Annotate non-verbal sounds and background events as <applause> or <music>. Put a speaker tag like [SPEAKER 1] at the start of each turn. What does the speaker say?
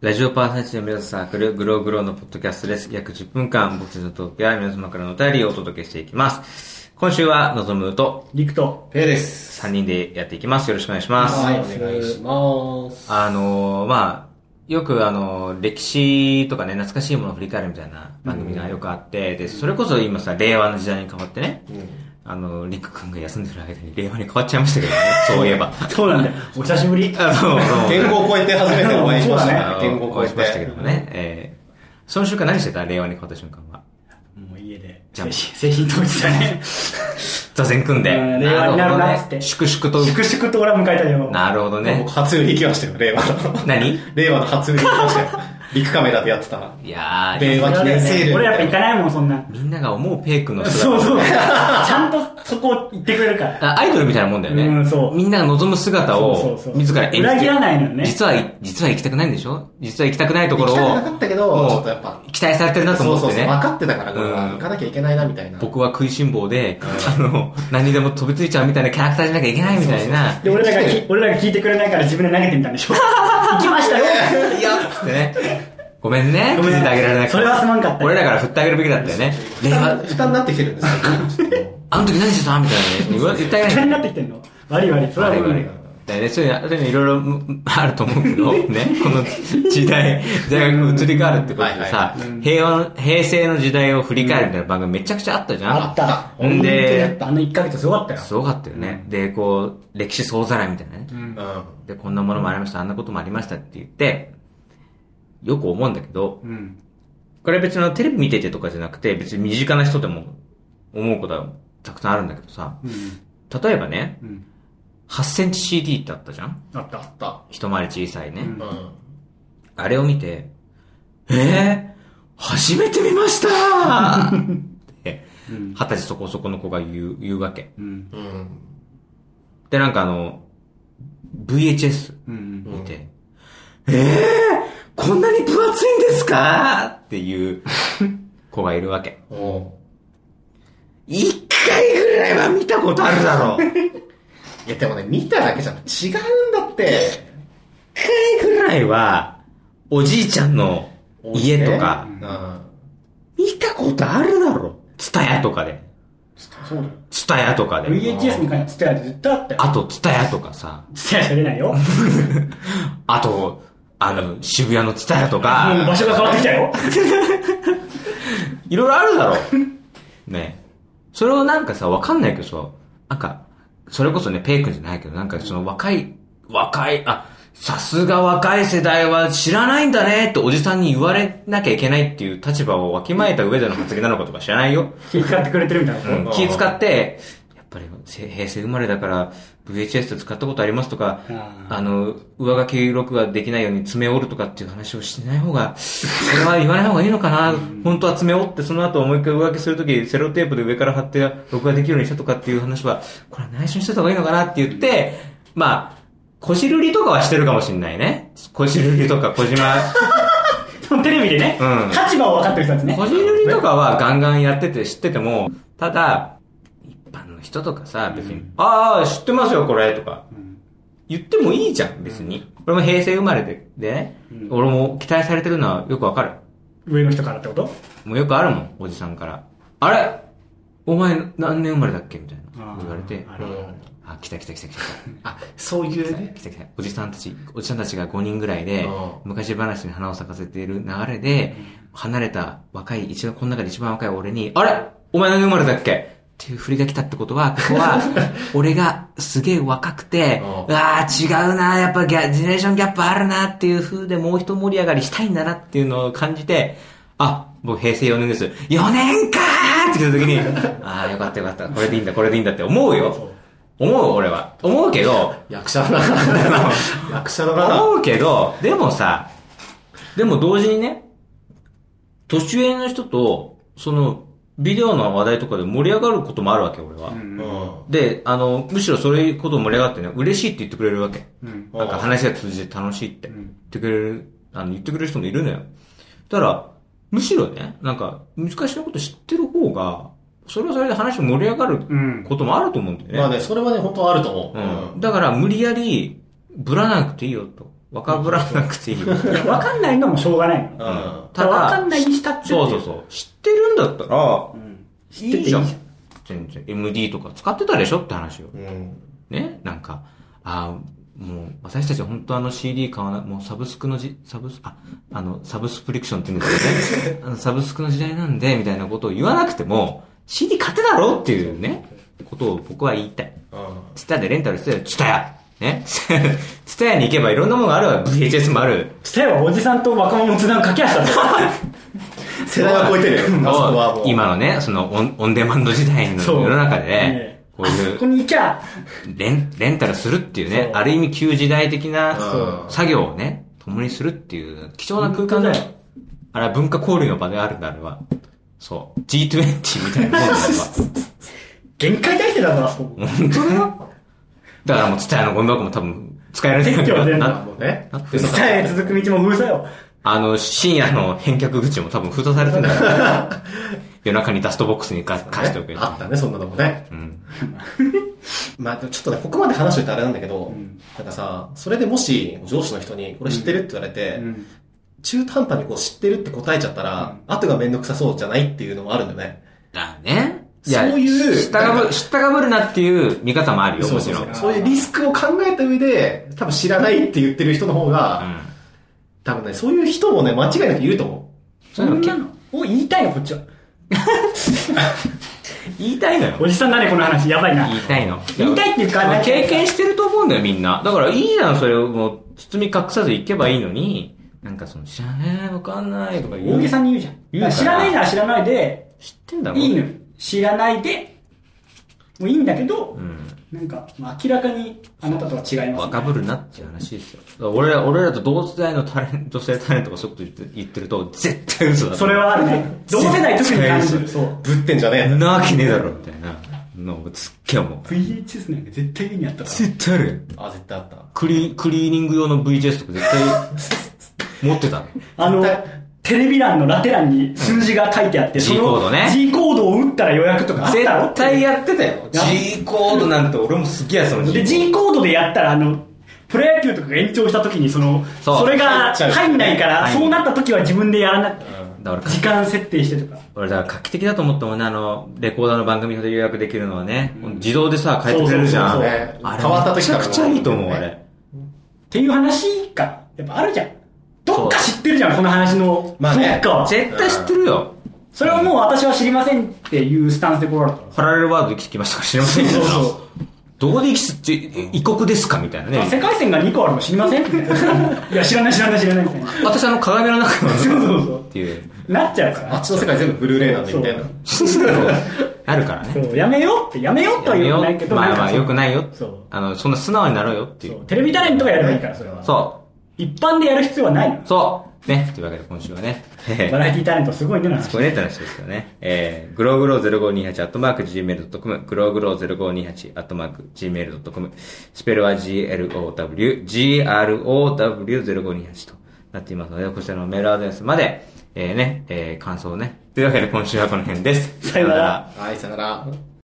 [SPEAKER 1] ラジオパーソナリティの目指すサークル、グローグローのポッドキャストです。約10分間、僕たちのトークや皆様からのお便りをお届けしていきます。今週は、のぞむと
[SPEAKER 2] リクと。
[SPEAKER 3] ペイです。
[SPEAKER 1] 3人でやっていきます。よろしくお願いします。
[SPEAKER 3] はい、お願いします。
[SPEAKER 1] あのーまあ、よくあのー歴史とかね、懐かしいものを振り返るみたいな番組がよくあって、で、それこそ今さ、令和の時代に変わってね、あのー、りくくんが休んでる間に令和に変わっちゃいましたけどね、そういえ
[SPEAKER 3] <laughs>
[SPEAKER 1] ば。
[SPEAKER 2] そうなんだよ。お久しぶり。
[SPEAKER 1] あのー
[SPEAKER 3] 言語を超えて初めてお会いしまし
[SPEAKER 2] そう
[SPEAKER 3] た
[SPEAKER 1] あ
[SPEAKER 3] ね。
[SPEAKER 1] の
[SPEAKER 3] 言語を
[SPEAKER 1] お会いし
[SPEAKER 3] 超
[SPEAKER 1] ま
[SPEAKER 3] え
[SPEAKER 1] した
[SPEAKER 3] て。
[SPEAKER 1] けどもね、えーその瞬間何してた令和に変わった瞬間は。
[SPEAKER 2] もう家で。
[SPEAKER 1] ジャンプ
[SPEAKER 2] 精神統一だね。
[SPEAKER 1] 座禅組んで。
[SPEAKER 2] うん令和になるなっつって
[SPEAKER 1] るほどね粛々と。
[SPEAKER 2] 粛々と俺は迎えたよ。
[SPEAKER 1] なるほどね
[SPEAKER 3] 僕。初売り行きましたよ、令和 <laughs> の。
[SPEAKER 2] <laughs>
[SPEAKER 1] 何
[SPEAKER 3] 令和の初売り行きましたよ。ビッグカメラでやってたら。
[SPEAKER 1] いやー、
[SPEAKER 3] 令和記念セール。
[SPEAKER 2] 俺やっぱ行かないもん、そんな。
[SPEAKER 1] みんなが思うペイ君の姿
[SPEAKER 2] そうそう。ちゃんとそこ行ってくれるから。
[SPEAKER 1] あアイドルみたいなもんだよね。
[SPEAKER 2] うんそう
[SPEAKER 1] みんなが望む姿
[SPEAKER 2] そう
[SPEAKER 1] を
[SPEAKER 2] そう、そう
[SPEAKER 1] 自ら演じて。
[SPEAKER 2] 裏切らないのよね
[SPEAKER 1] 実は、実は行きたくないんでしょ実は行きたくないところを。
[SPEAKER 3] 行きたくなかったけど
[SPEAKER 1] もう
[SPEAKER 3] ちょっとやっぱ
[SPEAKER 1] 期待されてるなと
[SPEAKER 3] そ
[SPEAKER 1] 思
[SPEAKER 3] う
[SPEAKER 1] って
[SPEAKER 3] そうそう。
[SPEAKER 1] ね。
[SPEAKER 3] 分かってたから、これは
[SPEAKER 1] うん
[SPEAKER 3] 行かなきゃいけないな、みたいな。
[SPEAKER 1] 僕は食いしん坊で、あの、何にでも飛びついちゃうみたいなキャラクターじゃなきゃいけないみたいな。
[SPEAKER 2] で、俺らがき、俺らが聞いてくれないから自分で投げてみたんでしょ。行きましたよ。
[SPEAKER 1] いやつってね。ごめんね。
[SPEAKER 2] ごめん
[SPEAKER 1] 気づいてあげられなくて
[SPEAKER 2] それはすまんかった
[SPEAKER 1] 俺らから振ってあげるべきだったよね。令和、
[SPEAKER 3] 負担になってきてるんですよ。ちょっと
[SPEAKER 1] あの時何してたみたいなね
[SPEAKER 2] <laughs>
[SPEAKER 1] 言わ。言ってあげない
[SPEAKER 2] 二人になってきてんの。悪い悪い。それは
[SPEAKER 1] 我々
[SPEAKER 2] 悪い
[SPEAKER 1] が。。だよね、そういうのそういうのいろいろうんあると思うけ
[SPEAKER 2] <laughs>
[SPEAKER 1] ど、ね、この時代、時代が移り変わるってことでさ
[SPEAKER 3] はい
[SPEAKER 2] はい、
[SPEAKER 1] 平和の、平成の時代を振り返るみたいな番組めちゃくちゃあったじゃん。
[SPEAKER 2] あった。
[SPEAKER 1] ん
[SPEAKER 2] 本当にあっ
[SPEAKER 1] で、
[SPEAKER 2] た。あの1ヶ月すごかったよ。
[SPEAKER 1] すごかったよね。で、こう、歴史総ざらいみたいなね。
[SPEAKER 2] うん。
[SPEAKER 3] <laughs> う
[SPEAKER 1] で、こんなものもありました、あんなこともありましたって言って、よく思うんだけど、
[SPEAKER 2] うん。
[SPEAKER 1] これ別にあのテレビ見ててとかじゃなくて、別に身近な人でも思うことはたくさんあるんだけどさ、
[SPEAKER 2] うん。
[SPEAKER 1] 例えばね、
[SPEAKER 2] うん。
[SPEAKER 1] 8センチ CD ってあったじゃん
[SPEAKER 2] あった。
[SPEAKER 3] ん。
[SPEAKER 1] 一回り小さいね。
[SPEAKER 2] うん
[SPEAKER 3] うん。
[SPEAKER 1] あれを見て、えぇ、初めて見ましたーって、
[SPEAKER 2] うん。
[SPEAKER 1] 二十歳そこそこの子が言う、言うわけ。
[SPEAKER 2] うん。
[SPEAKER 3] うん。
[SPEAKER 1] で、なんかあの、VHS
[SPEAKER 2] うん。
[SPEAKER 1] 見て、えぇ、こんなに分厚いんですかっていう子がいるわけ。
[SPEAKER 3] おう
[SPEAKER 1] 一回ぐらいは見たことあるだろう一
[SPEAKER 3] いや、でもね、見ただけじゃん違うんだって。
[SPEAKER 1] 回ぐらいは、おじいちゃんの家とか
[SPEAKER 3] う、ん。
[SPEAKER 1] 見たことあるだろう。ツタヤとかで。
[SPEAKER 2] そうだよ。
[SPEAKER 1] ツタヤとかで。
[SPEAKER 2] VHS に関してツタヤで絶対あったよ。
[SPEAKER 1] あと、ツタヤとかさ。
[SPEAKER 2] ツタヤしか出ないよ。
[SPEAKER 1] あと、あの、渋谷のツタヤと
[SPEAKER 2] もう
[SPEAKER 1] か、
[SPEAKER 2] 場所が変わってきた
[SPEAKER 1] <laughs>
[SPEAKER 2] よ。
[SPEAKER 1] いろいろあるだろう。ねそれをなんかさ、わかんないけどさ、なんか、それこそね、ペイ君じゃないけど、なんかその若い、若い、あ、さすが若い世代は知らないんだねっておじさんに言われなきゃいけないっていう立場をわきまえた上での発言なのかとか知らないよ。
[SPEAKER 2] 気遣ってくれてるみたいなこと。
[SPEAKER 1] うん気使って、やっぱりせ平成生まれだから VHS 使ったことありますとか
[SPEAKER 2] あ、ー
[SPEAKER 1] あの、上書き録画できないように爪折るとかっていう話をしてない方が、それは言わない方がいいのかな、本当は爪折ってその後もう一回上書きするときセロテープで上から貼って録画できるようにしたとかっていう話は、これは内緒にしてた方がいいのかなって言って、まあ、こじるりとかはしてるかもしんないね。こじるりとか小島、
[SPEAKER 2] そのテレビでね、
[SPEAKER 1] うん
[SPEAKER 2] 立場を分かってる人たちね。
[SPEAKER 1] こじるりとかはガンガンやってて知ってても、ただ、一般の人とかさ、別に、ああ、知ってますよ、これ、とか。言ってもいいじゃん、別に。俺も平成生まれで、でね、俺も期待されてるのはよくわかる。
[SPEAKER 2] 上の人からってこと
[SPEAKER 1] もうよくあるもん、おじさんから。あれお前何年生まれだっけみたい
[SPEAKER 2] あ
[SPEAKER 1] な
[SPEAKER 2] ー。
[SPEAKER 1] 言われて
[SPEAKER 2] あ、れ
[SPEAKER 1] あ、来た来た来た来た。
[SPEAKER 3] あ、そういうね。
[SPEAKER 1] 来た来た。おじさんたち、おじさんたちが5人ぐらいで
[SPEAKER 3] ああ、
[SPEAKER 1] 昔話に花を咲かせている流れで、離れた若い、一番、この中で一番若い俺に、あれお前何年生まれだっけっていう振りが来たってことは、ここ
[SPEAKER 3] <laughs>
[SPEAKER 1] は、俺がすげえ若くて、
[SPEAKER 3] あ
[SPEAKER 1] うわあ違うなやっぱギャジェネレーションギャップあるなっていう風でもう一盛り上がりしたいんだなっていうのを感じて、あ、僕平成4年です。4年かーって来た時に、 <laughs> ああ、よかったよかった。これでいいんだ、これでいいんだって思うよ。思う、俺は。思うけど、
[SPEAKER 3] 役者の <laughs> な。役者のな。
[SPEAKER 1] 思うけど、でもさ、でも同時にね、年上の人と、その、ビデオの話題とかで盛り上がることもあるわけ、俺は。
[SPEAKER 3] うん。
[SPEAKER 1] で、あの、むしろそういうこと盛り上がってね、嬉しいって言ってくれるわけ。
[SPEAKER 2] うん
[SPEAKER 1] なんか話が通じて楽しいって。言ってくれる、あの、言ってくれる人もいるのよ。たら、むしろね、なんか、昔のこと知ってる方が、それはそれで話盛り上がる
[SPEAKER 2] うん
[SPEAKER 1] こともあると思うんだよね。
[SPEAKER 3] まあね、それはね、本当はあると思う。
[SPEAKER 1] うんだから無理やりぶらなくていいよと。わからなくていいよ。
[SPEAKER 2] いやわかんないのもしょうがないの。
[SPEAKER 3] うん
[SPEAKER 1] ただ、
[SPEAKER 2] わかんないにしたって
[SPEAKER 1] そうそうそう。知ってるんだったら
[SPEAKER 2] う、ん。
[SPEAKER 1] い
[SPEAKER 2] 知っててい
[SPEAKER 1] い
[SPEAKER 2] いじ
[SPEAKER 1] じ
[SPEAKER 2] ゃ
[SPEAKER 1] ゃん
[SPEAKER 2] ん。。
[SPEAKER 1] 全然。MD とか使ってたでしょって話を。
[SPEAKER 3] うん。
[SPEAKER 1] ねなんか、ああ、もう、私たち本当あの CD 買わない、もうサブスクのじ、サブス、あ、あの、サブスプリクションって言うんですけどね。あの、サブスクの時代なんで、みたいなことを言わなくても、CD 買ってだろっていうね、ことを僕は言いたい。
[SPEAKER 3] うん
[SPEAKER 1] ツタでレンタルしてたら、ツタヤね <laughs> ツタヤに行けばいろんなものがあるわ。VHS もある。
[SPEAKER 2] 伝えはおじさんと若者のつなが駆け足だったんだよ
[SPEAKER 3] 世代は超えてるよ。あそこはもう。
[SPEAKER 1] 今のね、そのオンオンデマンド時代の
[SPEAKER 2] そう
[SPEAKER 1] 世の中でね
[SPEAKER 2] ええ、
[SPEAKER 1] こうい
[SPEAKER 2] あ
[SPEAKER 1] う
[SPEAKER 2] そこに行きゃ、
[SPEAKER 1] レン、レンタルするっていうね、
[SPEAKER 2] そう
[SPEAKER 1] ある意味旧時代的
[SPEAKER 3] う
[SPEAKER 1] なん作業をね、共にするっていう貴重な空間
[SPEAKER 2] 本当
[SPEAKER 1] だ
[SPEAKER 2] だ
[SPEAKER 1] よ
[SPEAKER 2] よ。
[SPEAKER 1] あれは文化交流の場であるんだ、あれは。そう。G20 みたいなもんだ、あれは。
[SPEAKER 2] 限界体制だぞ、あそこ。
[SPEAKER 1] 本当だよ。だからもう、ツタヤのゴミ箱も多分、使えるね。
[SPEAKER 2] 撤去は全部
[SPEAKER 1] な
[SPEAKER 3] もうね。
[SPEAKER 1] なってる
[SPEAKER 2] 伝
[SPEAKER 1] のか
[SPEAKER 2] え続く道も封鎖よ。
[SPEAKER 1] あの、深夜の返却口も多分封鎖されてんだから。夜中にダストボックスにか貸しておけ。
[SPEAKER 3] あったね、そんなのもね。
[SPEAKER 1] うん。
[SPEAKER 3] まあでもちょっとね、ここまで話しといてあれなんだけど、
[SPEAKER 2] ん
[SPEAKER 3] なんかさ、それでもし上司の人にこれ知ってるって言われて、
[SPEAKER 2] うん
[SPEAKER 3] 中途半端にこう知ってるって答えちゃったら、後がめんどくさそうじゃないっていうのもあるんだよね。
[SPEAKER 1] だね。
[SPEAKER 3] そういう
[SPEAKER 1] 知ったかぶ、知ったかぶるなっていう見方もあるよ、
[SPEAKER 3] そう
[SPEAKER 1] も
[SPEAKER 3] そ
[SPEAKER 1] ち
[SPEAKER 3] う
[SPEAKER 1] ろ
[SPEAKER 3] そ
[SPEAKER 1] ん。
[SPEAKER 3] う。そういうリスクを考えた上で、多分知らないって言ってる人の方
[SPEAKER 1] う
[SPEAKER 3] が、
[SPEAKER 1] ん
[SPEAKER 3] 多分ね、そういう人もね、間違いなくいると思
[SPEAKER 1] そ
[SPEAKER 2] そう
[SPEAKER 1] いうの
[SPEAKER 2] ん
[SPEAKER 1] 結
[SPEAKER 2] なのを言いたいの、こっちは。
[SPEAKER 1] 言いたいのよ。
[SPEAKER 2] おじさんだね、この話。やばいな。
[SPEAKER 1] 言いたいの。
[SPEAKER 2] 言いたいっていうか
[SPEAKER 1] まあ
[SPEAKER 2] なんか
[SPEAKER 1] 経験してると思うんだよ、みんな。だからいいじゃん、それをもう、包み隠さず行けばいいのに、なんかその、知らない、わかんないとか言う。
[SPEAKER 2] 大げさ
[SPEAKER 1] に。
[SPEAKER 2] に言うじゃん。
[SPEAKER 1] 言うから
[SPEAKER 2] だから知らないなら知らないで、
[SPEAKER 1] 知ってんだろ
[SPEAKER 2] いいのよ。知らないで、もういいんだけど
[SPEAKER 1] う、ん。
[SPEAKER 2] なんか、まあ明らかにあなたとは違います、
[SPEAKER 1] 若ぶるなっていう話ですよ。だから俺ら、俺らと同世代のタレント、女性タレントがそういうこと言って言ってると、絶対嘘だと思う
[SPEAKER 2] それはあるね。同世代特に感じる。そう。
[SPEAKER 3] う。ぶってんじゃねえ
[SPEAKER 1] んなわけねえだろ、みたいな。の、すっげえ思う。
[SPEAKER 2] VHS なんか絶対家にあったか
[SPEAKER 1] 絶対あるよ
[SPEAKER 3] あ、絶対あった。
[SPEAKER 1] クリ、クリーニング用の VJS とか絶対、持ってたの。
[SPEAKER 2] ら。あの、テレビ欄のラテ欄に数字が書いてあって、
[SPEAKER 1] G
[SPEAKER 2] その
[SPEAKER 1] コードね
[SPEAKER 2] G コードを打ったら予約と <laughs> かあったろ
[SPEAKER 1] 絶対やってたよ。
[SPEAKER 2] や
[SPEAKER 1] G コードなんて俺もすげえやつの
[SPEAKER 2] で、G コードでやったら、あの、プロ野球とかが延長した時に、その、
[SPEAKER 1] そう
[SPEAKER 2] それが
[SPEAKER 3] 入っちゃう
[SPEAKER 2] 入んないから、
[SPEAKER 1] はい
[SPEAKER 2] そうなった時は自分でやらなく
[SPEAKER 1] だから
[SPEAKER 2] 時間設定してとか。
[SPEAKER 1] 俺だから画期的だと思ったもんね、あの、レコーダーの番組で予約できるのはね、自動でさ、変えてくれるじゃん。
[SPEAKER 2] そうそうそう
[SPEAKER 3] そう
[SPEAKER 1] あれ
[SPEAKER 3] 変わった時
[SPEAKER 1] めち
[SPEAKER 3] か
[SPEAKER 1] ゃ
[SPEAKER 3] ら
[SPEAKER 1] くちゃいいと思う、
[SPEAKER 3] ね
[SPEAKER 1] あれ。
[SPEAKER 2] っていう話がやっぱあるじゃんどっか知ってるじゃんこの話の
[SPEAKER 3] まあね
[SPEAKER 2] どっかは
[SPEAKER 1] 絶対知ってるよ。
[SPEAKER 2] それはもう私は知りませんっていうスタンスで来られた
[SPEAKER 1] パラレルワードで聞きましたか知りませんけど
[SPEAKER 2] そうそうそう、
[SPEAKER 1] どこで行きって、異国ですかみたいな
[SPEAKER 2] あ世
[SPEAKER 1] ね。
[SPEAKER 2] 界線が2個あるの知りま <laughs> せんいや知らない知らない知らないみたいな
[SPEAKER 1] 私あの鏡の中の、
[SPEAKER 2] そうそうそう
[SPEAKER 1] っていう。
[SPEAKER 2] なっちゃうか
[SPEAKER 3] あ
[SPEAKER 2] ら
[SPEAKER 3] っちの世界全部ブルーレイなんで、みたいな
[SPEAKER 2] そ。
[SPEAKER 1] あるからね。
[SPEAKER 2] そうやめようってやめようとは言わないけど
[SPEAKER 1] まあま
[SPEAKER 2] んか
[SPEAKER 1] あ、
[SPEAKER 2] そう
[SPEAKER 1] よくないよ
[SPEAKER 2] そう。
[SPEAKER 1] あの、そんな素直になろうよってい
[SPEAKER 2] そう
[SPEAKER 1] う。
[SPEAKER 2] テレビタレントがやればいいからそれは
[SPEAKER 1] そう。
[SPEAKER 2] 一般でやる必要はないの
[SPEAKER 1] そうね、というわけで今週はね、え
[SPEAKER 2] バラエティタレントすごいねな
[SPEAKER 1] ー、これって話ですよね。えー、グローグロー0528、アットマーク gmail.com、グローグロー0528、アットマーク gmail.com、スペルは GLOW、GROW0528 となっていますので、こちらのメールアドレスまで、えー、ね、えー、感想をね。というわけで今週はこの辺です。
[SPEAKER 2] さようなら
[SPEAKER 3] はい、さよなら。